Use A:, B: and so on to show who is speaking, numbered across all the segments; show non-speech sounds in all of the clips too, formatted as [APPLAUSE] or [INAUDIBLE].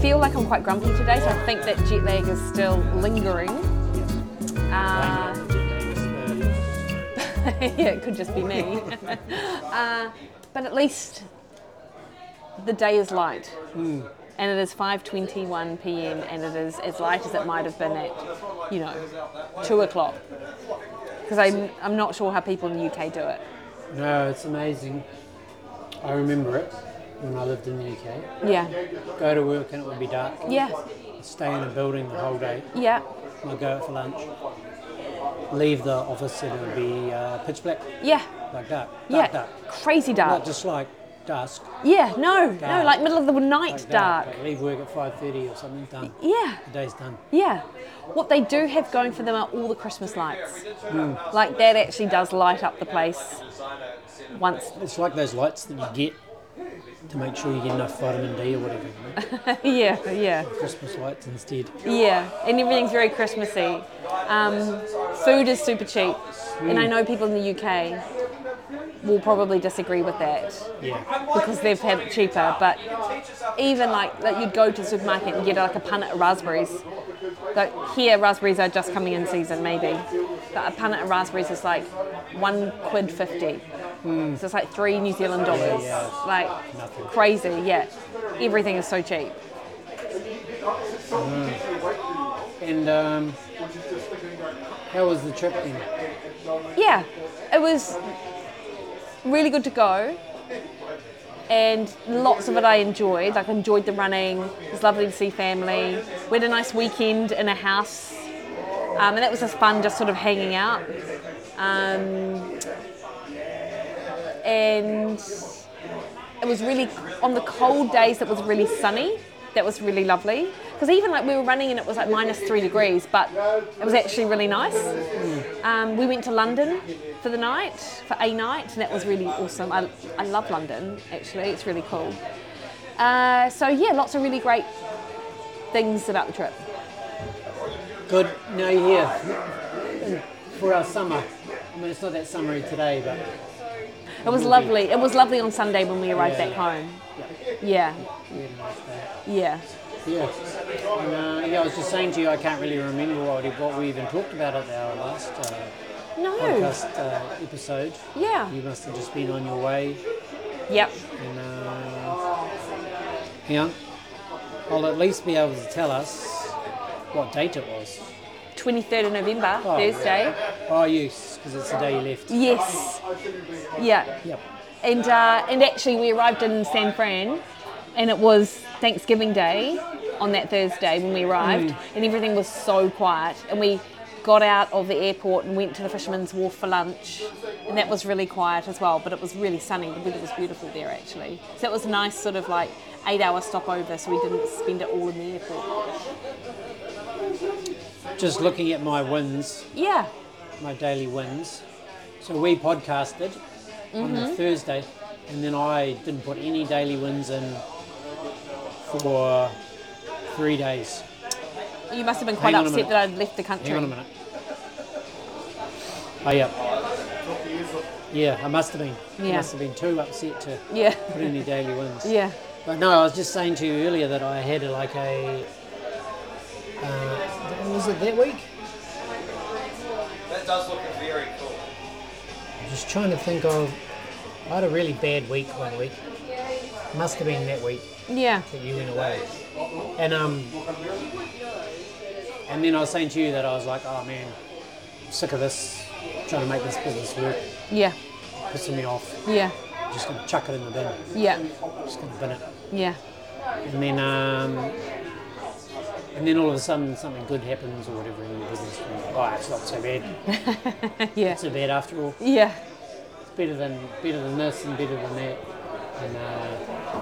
A: feel like I'm quite grumpy today, so I think that jet lag is still lingering. [LAUGHS] Uh, yeah, it could just be me. [LAUGHS] uh, but at least the day is light.
B: Hmm.
A: And it is 5:21 p.m. and it is as light as it might have been at, you know, two o'clock. Because I'm, I'm not sure how people in the UK do it.
B: No, it's amazing. I remember it when I lived in the UK.
A: Yeah,
B: Go to work and it would be dark.
A: yeah,
B: Stay in a building the whole day.
A: yeah,
B: and I'd go out for lunch. Leave the office and it would be uh, pitch black,
A: yeah,
B: like dark, dark,
A: yeah.
B: dark.
A: Crazy dark.
B: Not just like dusk,
A: Yeah, no, no,
B: Dark.
A: like middle of the night
B: like
A: dark.
B: Like leave work at 5.30 or something, done.
A: Yeah,
B: The day's done.
A: yeah. What they do have going for them are all the Christmas lights. Like that actually does light up the place once.
B: It's like those lights that you get to make sure you get enough vitamin D or whatever. you know,
A: yeah, yeah,
B: Christmas lights instead.
A: yeah. And everything's very Christmassy. Um, food is super cheap, and I know people in the UK will probably disagree with that.
B: Yeah.
A: because they've had it cheaper. But even like that, you'd go to the supermarket and get like a punnet of raspberries. Like here, raspberries are just coming in season, maybe. But a punnet of raspberries is like one quid fifty. So it's like three New Zealand dollars.
B: Hmm. Yeah,
A: Like
B: Nothing.
A: crazy, yeah. Everything is so cheap.
B: And um, how was the trip then?
A: yeah, it was really good to go. And lots of it I enjoyed. Like, I enjoyed the running. It was lovely to see family. We had a nice weekend in a house. Um, and that was just fun, just sort of hanging out. Um, and it was really, on the cold days, it was really sunny. That was really lovely. Because even like we were running and it was like minus three degrees, but it was actually really nice. Um, we went to London for the night, for a night, and that was really awesome. I, I love London, actually, it's really cool. Uh, so, yeah, lots of really great things about the trip.
B: Good. Now you're here for our summer. I mean, it's not that summery today, but
A: It was lovely. It was lovely on Sunday when we arrived back home. Yeah,
B: we had a nice day.
A: yeah.
B: Yeah. And, uh, yeah, I was just saying to you, I can't really remember what, what we even talked about at our last uh,
A: No.
B: podcast uh, episode.
A: Oh. Yeah.
B: You must have just been on your way.
A: Yep.
B: And, uh, yeah. I'll at least be able to tell us what date it was.
A: 23rd of November,
B: Oh, yeah.
A: Thursday.
B: Oh, yes, because it's the day you left.
A: Yes. Yeah.
B: Yep.
A: And uh, and actually, we arrived in San Fran, and it was Thanksgiving Day on that Thursday when we arrived,
B: Hmm.
A: and everything was so quiet. And we got out of the airport and went to the Fisherman's Wharf for lunch, and that was really quiet as well. But it was really sunny. The weather was beautiful there actually, so it was a nice sort of like eight-hour stopover, so we didn't spend it all in the airport.
B: Just looking at my wins,
A: Yeah.
B: my daily wins. So we podcasted on
A: Mm-hmm.
B: the Thursday, and then I didn't put any daily wins in for three days.
A: You must have been quite
B: Hang on a
A: upset
B: minute.
A: that I'd left the country.
B: Hang on a minute. Oh, yeah. Yeah, I must have been. I
A: Yeah.
B: must have been too upset to
A: Yeah. [LAUGHS]
B: put any daily wins.
A: Yeah.
B: But no, I was just saying to you earlier that I had like a. Uh, was it that week?
C: That does look very cool.
B: I'm just trying to think of. I had a really bad week one week. Must have been that week
A: Yeah.
B: that you went away. And um. And then I was saying to you that I was like, oh man, I'm sick of this. Trying to make this business work,
A: Yeah.
B: pissing me off.
A: Yeah.
B: Just gonna chuck it in the bin.
A: Yeah.
B: Just gonna bin it.
A: Yeah.
B: And then um. And then all of a sudden something good happens or whatever in the business. and you're like, Oh, it's not so bad.
A: Yeah.
B: It's not so bad after all.
A: Yeah.
B: better than better than this and better than that. And uh,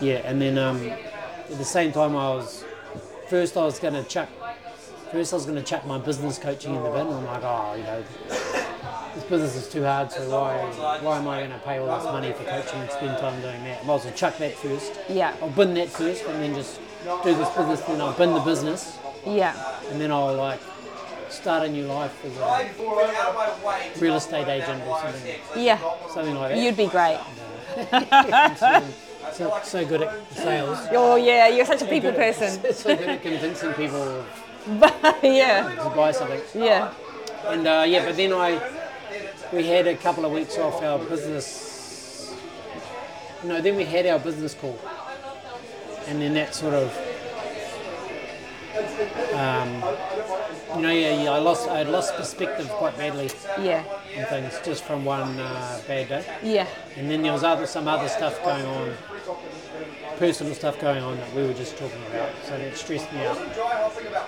B: yeah, and then um, at the same time, I was first I was gonna chuck first I was gonna chuck my business coaching in the bin. I'm like, oh, you know, this business is too hard. So why why am I gonna pay all this money for coaching and spend time doing that? I might as well chuck that first.
A: Yeah.
B: I'll bin that first, and then just do this business. Then I'll bin the business,
A: Yeah.
B: and then I'll like start a new life as
C: I've
B: a
C: been out of my way to
B: real
C: not
B: estate
C: work that
B: agent or
C: wire
B: something,
C: six.
A: Yeah.
B: something like that.
A: You'd be great.
B: so so, so good at sales.
A: Oh yeah, you're such a
B: So
A: people
B: good at- [LAUGHS]
A: person.
B: so good at convincing people
A: [LAUGHS] yeah,
B: to buy something.
A: yeah.
B: And uh, yeah, but then I, we had a couple of weeks off our business. No, then we had our business call, and then that sort of, um, you know, yeah, yeah, I lost, I lost perspective quite badly
A: Yeah,
B: on things just from one uh, bad day,
A: yeah,
B: and then there was other some other stuff going on, personal stuff going on that we were just talking about, so that stressed me out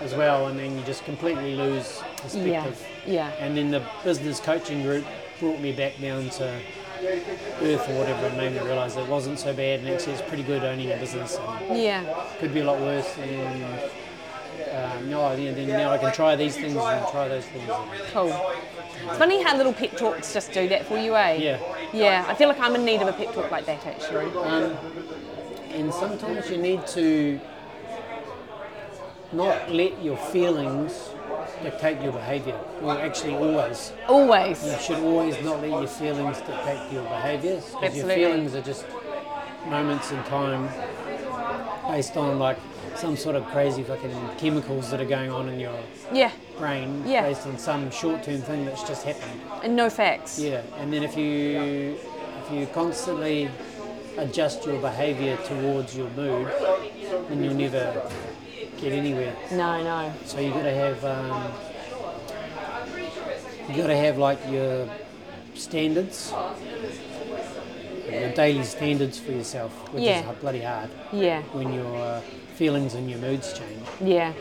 B: as well, and then you just completely lose perspective.
A: yeah, yeah,
B: And then the business coaching group brought me back down to earth or whatever and made me realise it wasn't so bad and actually it's pretty good owning a business and
A: yeah,
B: could be a lot worse and um, no, I- then, then now I can try these things and try those things.
A: cool. It's funny how little pep talks just do that for you, eh?
B: Yeah.
A: Yeah, I feel like I'm in need of a pep talk like that actually.
B: And sometimes you need to not let your feelings dictate your behaviour. Well, actually always.
A: Always.
B: You should always not let your feelings dictate your behaviours. Because your
A: Absolutely.
B: feelings are just moments in time based on like some sort of crazy fucking chemicals that are going on in your
A: Yeah,
B: brain
A: Yeah.
B: based on some short term thing that's just happened.
A: and no facts.
B: Yeah. And then if you if you constantly adjust your behaviour towards your mood, then you'll never get anywhere.
A: No, no.
B: So you gotta have um, you gotta have like your standards, your daily standards for yourself, which
A: Yeah.
B: is h- bloody hard
A: Yeah,
B: when your uh, feelings and your moods change.
A: yeah,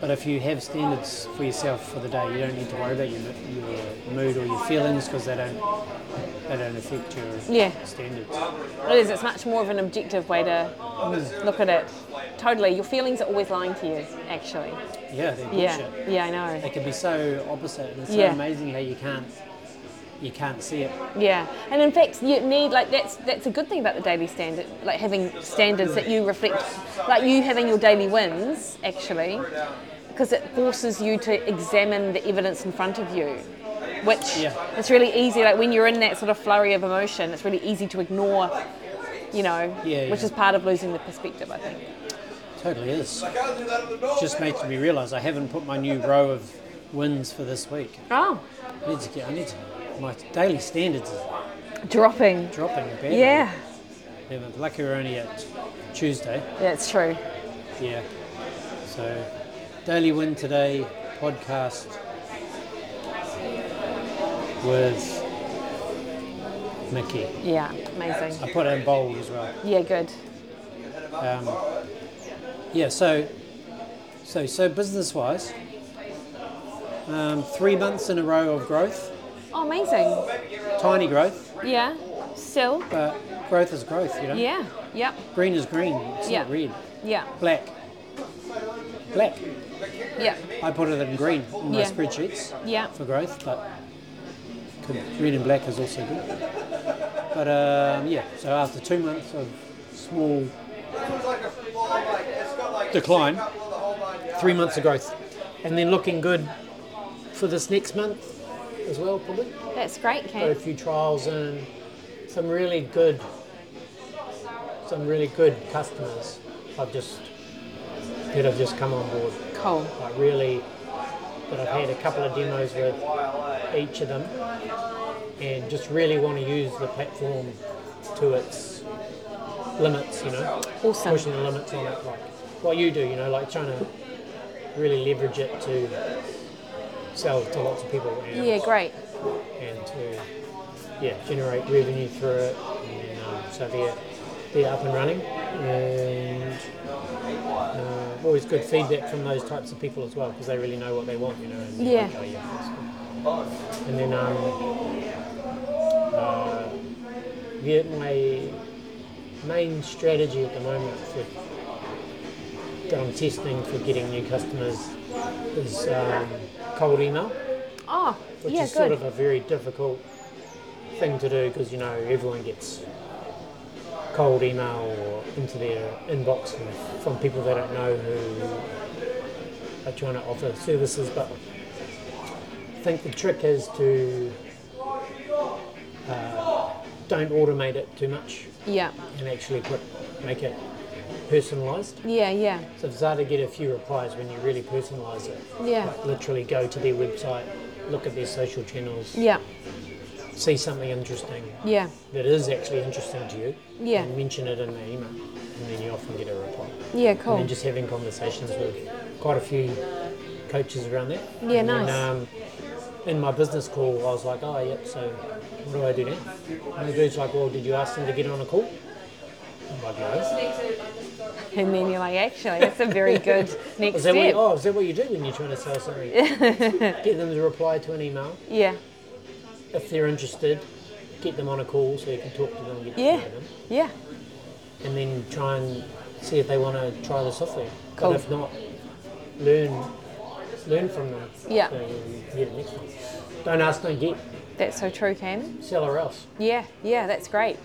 B: But if you have standards for yourself for the day, you don't need to worry about your, mo- your mood or your feelings because they don't they don't affect your
A: Yeah.
B: standards.
A: it is. It's much more of an objective way to
B: Mm.
A: look at it. Totally. Your feelings are always lying to you, actually.
B: Yeah, they're
A: Yeah,
B: bullshit.
A: yeah, I know.
B: They can be so opposite, and it's
A: Yeah.
B: so amazing how you can't you can't see it.
A: Yeah, and in fact, you need like that's that's a good thing about the daily standard, like having standards that you reflect, like you having your daily wins actually, because it forces you to examine the evidence in front of you, which
B: Yeah.
A: it's really easy. Like when you're in that sort of flurry of emotion, it's really easy to ignore, you know,
B: Yeah,
A: which
B: yeah.
A: is part of losing the perspective, I think.
B: Totally is.
C: Gotta do that at the door.
B: just makes me realise I haven't put my new row of wins for this week.
A: Oh,
B: I need to get. I need to. My daily standards are
A: dropping.
B: dropping badly.
A: Yeah,
B: Yeah, but Lucky we're only at Tuesday.
A: that's true.
B: Yeah. So, daily win today podcast with Mickey.
A: Yeah, amazing.
B: I put it in bold as well.
A: Yeah, good.
B: Yeah. So, so so business wise, um, three months in a row of growth,
A: Oh, amazing.
B: tiny growth.
A: Yeah, still.
B: But growth is growth, you know.
A: Yeah. Yep.
B: Green is green. It's
A: Yeah.
B: not red.
A: Yeah.
B: Black. Black.
A: Yeah.
B: I put it in green in my
A: Yeah.
B: spreadsheets
A: Yeah.
B: for growth, but could, red and black is also good. But um, yeah, so after two months of small decline, three months of growth, and then looking good for this next month as well, probably.
A: That's great,
B: got a
A: Kate.
B: few trials and some really good some really good customers I've just that have just come on board.
A: Cool.
B: Like really that I've had a couple of demos with each of them and just really want to use the platform to its limits, you know.
A: Awesome.
B: Pushing the limits on it like what you do, you know, like trying to really leverage it to sell to lots of people. and-
A: Yeah, great.
B: and to yeah generate revenue through it. And, um, so they're they're up and running, and uh, always good feedback from those types of people as well because they really know what they want, you know. And
A: Yeah.
B: okay, yeah, that's good. And then um, uh, yeah, my main strategy at the moment for that I'm testing for getting new customers is um, cold email
A: Oh,
B: which
A: yeah,
B: is
A: good.
B: sort of a very difficult thing to do because you know everyone gets cold email or into their inbox from- from people they don't know who are trying to offer services. But I think the trick is to uh, don't automate it too much
A: yeah.
B: and actually put make it personalized.
A: Yeah, yeah,
B: So it's hard to get a few replies when you really personalize it.
A: Yeah.
B: Like literally go to their website, look at their social channels,
A: yeah,
B: see something interesting
A: yeah,
B: that is actually interesting to you,
A: Yeah.
B: and mention it in the email, and then you often get a reply.
A: yeah.
B: And
A: Cool.
B: then just having conversations with quite a few coaches around there.
A: Yeah,
B: and
A: nice.
B: Then, um, in my business call, I was like, oh, yep, so what do I do now? And the dude's like, well, did you ask them to get on a call? I'm like, no.
A: And then you're like, actually, that's a
B: [LAUGHS]
A: very good next
B: Is that what you,
A: step.
B: oh, is that what you do when you're trying to sell
A: [LAUGHS]
B: something? get them to reply to an email.
A: Yeah,
B: If they're interested, get them on a call so you can talk to them and get to
A: yeah,
B: know them.
A: yeah,
B: and then try and see if they want to try the software.
A: Cool.
B: But if not, learn learn from them.
A: Yeah.
B: So you can get the next one. Don't ask, don't get.
A: that's so true, Cam.
B: Sell or else.
A: Yeah, yeah, that's great.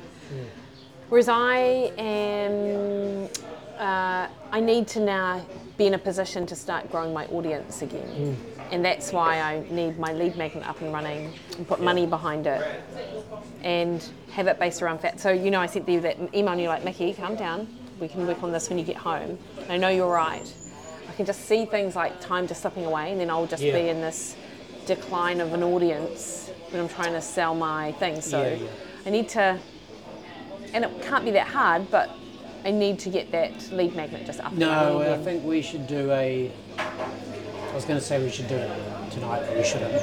A: Whereas I am, uh, I need to now be in a position to start growing my audience again. And that's why I need my lead magnet up and running and put money behind it and have it based around fat. So, you know, I sent you that email and you're like, Mickey, calm down. We can work on this when you get home. I know you're right. I can just see things like time just slipping away and then I'll just
B: Yeah.
A: be in this decline of an audience when I'm trying to sell my thing. So
B: Yeah, yeah.
A: I need to, and it can't be that hard, but I need to get that lead magnet just up. and running
B: No, I
A: again.
B: think we should do a. I was going to say we should do it tonight, but we shouldn't.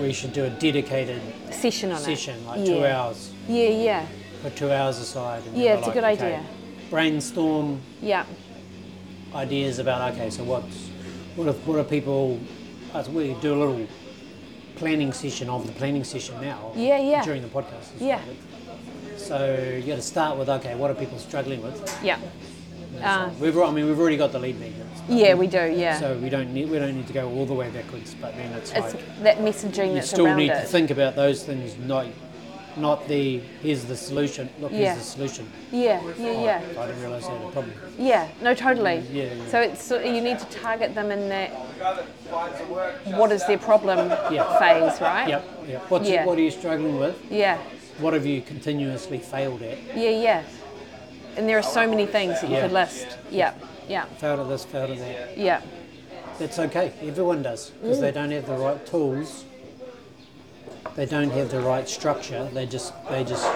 B: We should do a dedicated
A: session on
B: session,
A: it.
B: like
A: yeah.
B: two hours.
A: Yeah, yeah,
B: Put two hours aside. And
A: Yeah,
B: go
A: it's a
B: like,
A: good
B: okay,
A: idea.
B: Brainstorm
A: yeah,
B: ideas about okay, so what's what if what are people? uh, We do a little planning session of the planning session now.
A: Yeah, yeah.
B: During the podcast.
A: Yeah.
B: So you got to start with okay, what are people struggling with?
A: yeah, Uh,
B: We've al- I mean we've already got the lead magnets,
A: yeah. We do. Yeah,
B: so we don't need we don't need to go all the way backwards. But then it's,
A: it's
B: like
A: that messaging
B: you
A: that's
B: still
A: around
B: need
A: it.
B: to think about those things, not not the here's the solution. Look,
A: Yeah.
B: here's the solution.
A: yeah, yeah, yeah.
B: I didn't realise I had a problem.
A: Yeah, no, totally.
B: Yeah, yeah.
A: So it's so you need to target them in that
C: What
A: what is their problem
B: Yeah.
A: phase, right?
B: Yep. yep. What's,
A: Yeah.
B: What are you struggling with?
A: Yeah,
B: What have you continuously failed at?
A: yeah, yeah. And there are so many things that you
B: Yeah.
A: could list. Yeah, yeah,
B: Failed at this, failed at that.
A: yeah,
B: That's okay. Everyone does because they don't have the right tools. They don't have the right structure. They just, they just,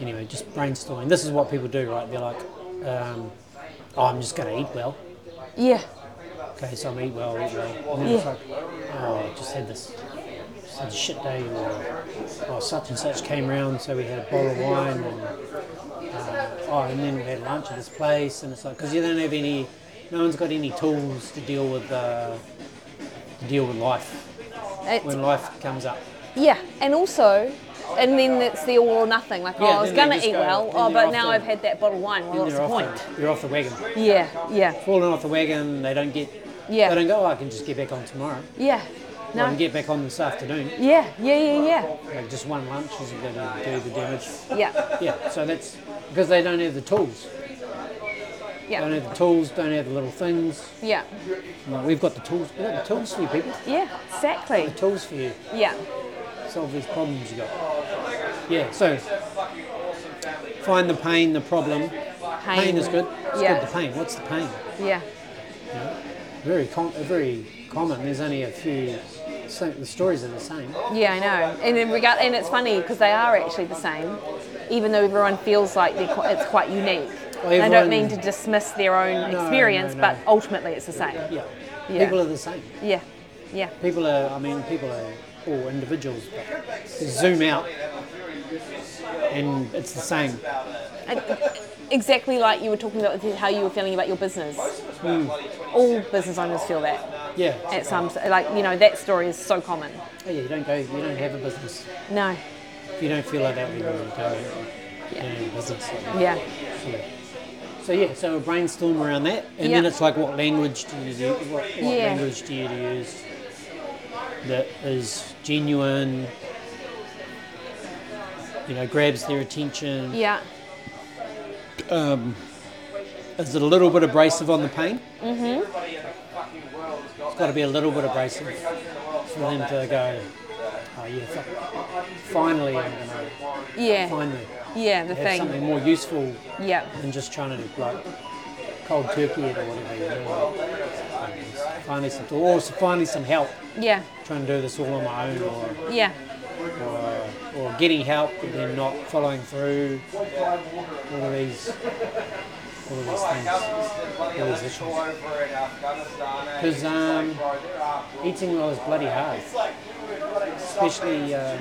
B: anyway, just brainstorming. This is what people do, right? They're like, um, oh, I'm just going to eat well.
A: yeah,
B: Okay, so I'm eat well, eat well. And then it's like, oh, I just had this, just had a shit day, or oh, such and such came round, so we had a bottle of wine, and uh, oh, and then we had lunch at this place, and it's like, because you don't have any, no one's got any tools to deal with, uh, to deal with life
A: It's-
B: when life comes up.
A: yeah. And also, and then it's the all or nothing. Like, oh,
B: Yeah,
A: I was
B: then they
A: gonna
B: just
A: eat
B: go-
A: well,
B: then
A: oh,
B: they're
A: but
B: off
A: now
B: the-
A: I've had that bottle of wine. Well,
B: Then
A: what's
B: they're
A: the
B: off
A: point?
B: the, they're off the wagon,
A: Yeah, yeah,
B: falling off the wagon. They don't get,
A: Yeah.
B: they don't go. Oh, I can just get back on tomorrow.
A: yeah.
B: I can
A: No.
B: get back on this afternoon.
A: Yeah, yeah, yeah, yeah,
B: Like just one lunch isn't going to do the damage.
A: yeah,
B: Yeah, so that's because they don't have the tools. Don't
A: yeah,
B: have the tools, don't have the little things.
A: yeah,
B: Like, we've got the tools. We've got the tools for you, people.
A: yeah. Exactly.
B: Tools for you.
A: Yeah,
B: Solve these problems you got. Yeah, so find the pain, the problem.
A: pain.
B: Pain is good. It's
A: Yeah.
B: good, the pain. What's the pain?
A: Yeah,
B: Very, com- very common. There's only a few. So the stories are the same.
A: yeah, I know. And in regard, and it's funny because they are actually the same, even though everyone feels like they're quite, it's quite unique. And I don't
B: everyone-
A: mean to dismiss their own
B: No,
A: experience,
B: no, no.
A: but ultimately it's the same.
B: Yeah.
A: Yeah.
B: People are the same.
A: Yeah, yeah,
B: People are, I mean, people are all individuals, but zoom out and it's the same.
A: And exactly like you were talking about with how you were feeling about your business. All business owners feel that
B: Mm. Yeah.
A: at some, like you know, that story is so common.
B: Oh, yeah, you don't go, you don't have a business.
A: No,
B: If you don't feel like that, then you don't go. You don't have a business.
A: yeah,
B: Yeah. So, yeah, so a brainstorm around that. And then
A: Yeah.
B: it's like, what language do you do? What, what
A: Yeah.
B: language do you use that is genuine, you know, grabs their attention?
A: yeah,
B: Is it a little bit abrasive on the pain? Mm-hmm. It's got to be a little bit abrasive for them to go, oh, yeah, fuck. finally I'm going to,
A: yeah,
B: finally.
A: Yeah, the
B: have
A: thing.
B: something more useful
A: Yeah.
B: than just trying to do like cold turkey it or whatever. You know? Finally, some or finally some help
A: Yeah.
B: trying to do this all on my own or
A: Yeah.
B: or, or getting help and then not following through. All of these, all of these things. These issues.
C: Because
B: 'Cause, um, Eating well is bloody hard, especially um,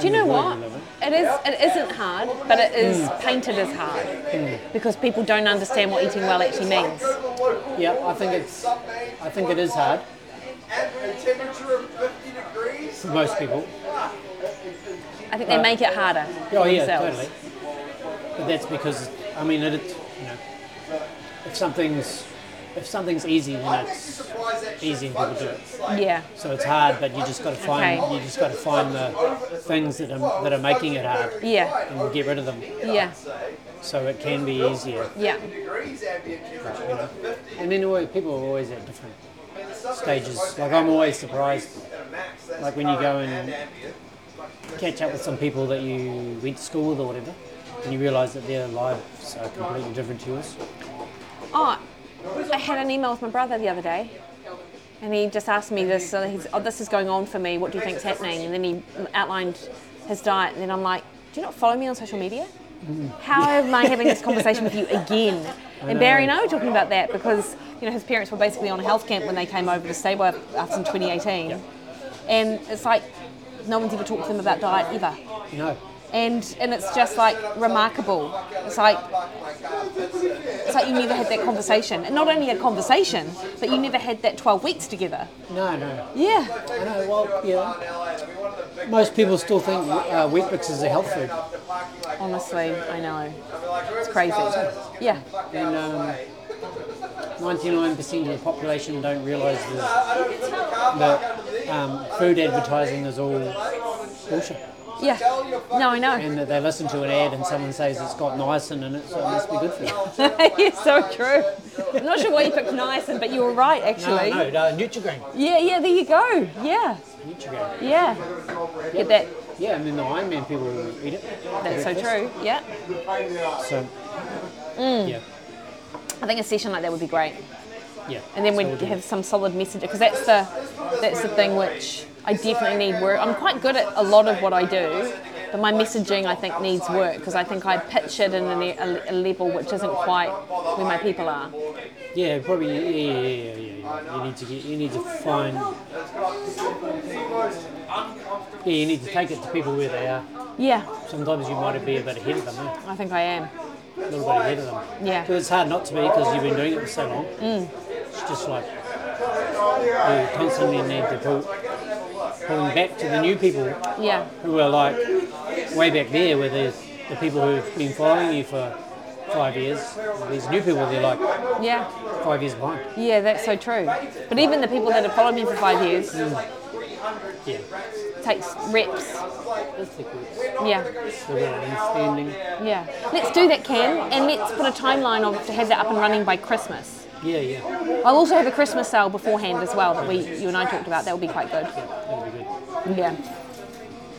A: Do you know
B: Enjoy
A: what?
B: the living.
A: It is. It isn't hard, but it is
B: Mm.
A: painted as hard because people don't understand what eating well actually means.
B: yeah. I think it's I think it is hard for most people.
A: I think they make it harder.
B: Oh
A: for
B: yeah,
A: themselves.
B: totally. But that's because I mean it. it- You know, if something's if something's easy, then it's easy and people do it.
A: Yeah.
B: So it's hard, but you just got to find
A: Okay.
B: you just got to find the things that are that are making it hard
A: Yeah.
B: and get rid of them.
A: Yeah.
B: So it can be easier.
A: Yeah.
B: And then always, people are always at different stages. Like I'm always surprised, like when you go and catch up with some people that you went to school with or whatever, and you realise that their lives are completely different to yours.
A: Oh, I had an email with my brother the other day, and he just asked me this. So he's, oh, this is going on for me. What do you think's happening? And then he outlined his diet, and then I'm like, do you not follow me on social media? How am I having this conversation with you again? And Barry and I were talking about that because you know his parents were basically on a health camp when they came over to stay with us in 2018, and it's like no one's ever talked to them about diet ever,
B: You know,
A: and and it's just like remarkable. It's like it's like you never had that conversation. And not only a conversation, but you never had that 12 weeks together.
B: no, no.
A: Yeah.
B: I know. Well, yeah. Most people still think uh, wheat bix is a health food.
A: Honestly, I know.
C: It's
A: Crazy. Yeah.
B: And um, 99% of the population don't realise that that, um, food advertising is all bullshit.
A: Yeah. No, I know. [LAUGHS]
B: And that they listen to an ad and someone says it's got niacin in it, so it must be good for you.
A: it's so true. I'm not sure why you picked niacin, but you were right,
B: No,
A: actually.
B: no, no, Nutrigrain.
A: Yeah, yeah, there you go. Yeah,
B: Nutrigrain.
A: yeah. Get that.
B: Yeah, and then the Iron Man people will eat it.
A: That's so true. Yeah.
B: So,
A: Mm.
B: yeah,
A: I think a session like that would be great.
B: yeah.
A: and then
B: So
A: we
B: we'll do
A: have some solid message because that's the that's the thing which I definitely need work. I'm quite good at a lot of what I do, but my messaging I think needs work because I think I pitch it in a, ne- a, a level which isn't quite where my people are.
B: it. Yeah, probably. Yeah, yeah, yeah, yeah, yeah, yeah. You need to get. You need to find. Yeah, you need to take it to people where they are.
A: Yeah,
B: Sometimes you might be a bit ahead of them. eh?
A: I think I am.
B: a little bit ahead of them.
A: Yeah.
B: But it's hard not to be because you've been doing it for so long. It's just like you constantly need to pull pulling back to the new people
A: Yeah,
B: who are like way back there where there's the people who've been following you for five years. These new people they're like
A: yeah,
B: five years behind.
A: yeah. That's so true. But even the people that have followed me for five years
B: Yeah.
A: takes reps.
B: That's the good.
A: Yeah.
B: So we're understanding.
A: Yeah, let's do that, Cam, and let's put a timeline on to have that up and running by Christmas.
B: Yeah, yeah.
A: I'll also have a Christmas sale beforehand as well that we, you and I talked about. That would be quite good.
B: That'll be good.
A: Yeah.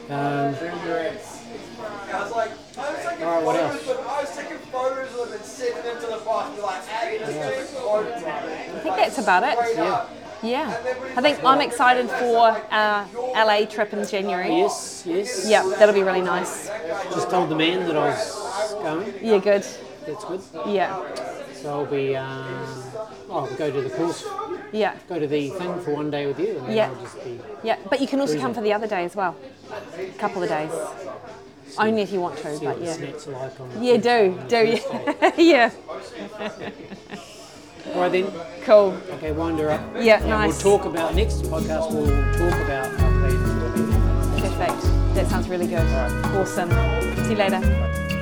B: Um,
C: I was like, I was taking
B: Alright, what
C: photos, but I was taking photos of them and sending them to the boss. Be like, hey, this is photos.
A: I think that's about it.
C: Yeah.
A: Yeah. I think I'm excited for our LA trip in January.
B: yes, yes.
A: Yeah, that'll be really nice.
B: Just told the man that I was going.
A: Yeah, good.
B: That's good.
A: Yeah.
B: So I'll be, um, I'll go to the course,
A: Yeah.
B: go to the thing for one day with you, and then
A: Yeah.
B: I'll just be.
A: Yeah. But you can also come for the other day as well. A couple of days. Only if you want to,
B: See what
A: but
B: the
A: yeah.
B: snacks are like on the
A: Yeah, do.
B: on the
A: Do.
B: Thursday.
A: Yeah. [LAUGHS] yeah.
B: All right then.
A: Cool.
B: Okay, wind her up.
A: Yeah,
B: And
A: nice.
B: We'll talk about next podcast. We'll talk about our plans.
A: Perfect. That sounds really good. Awesome. See you later.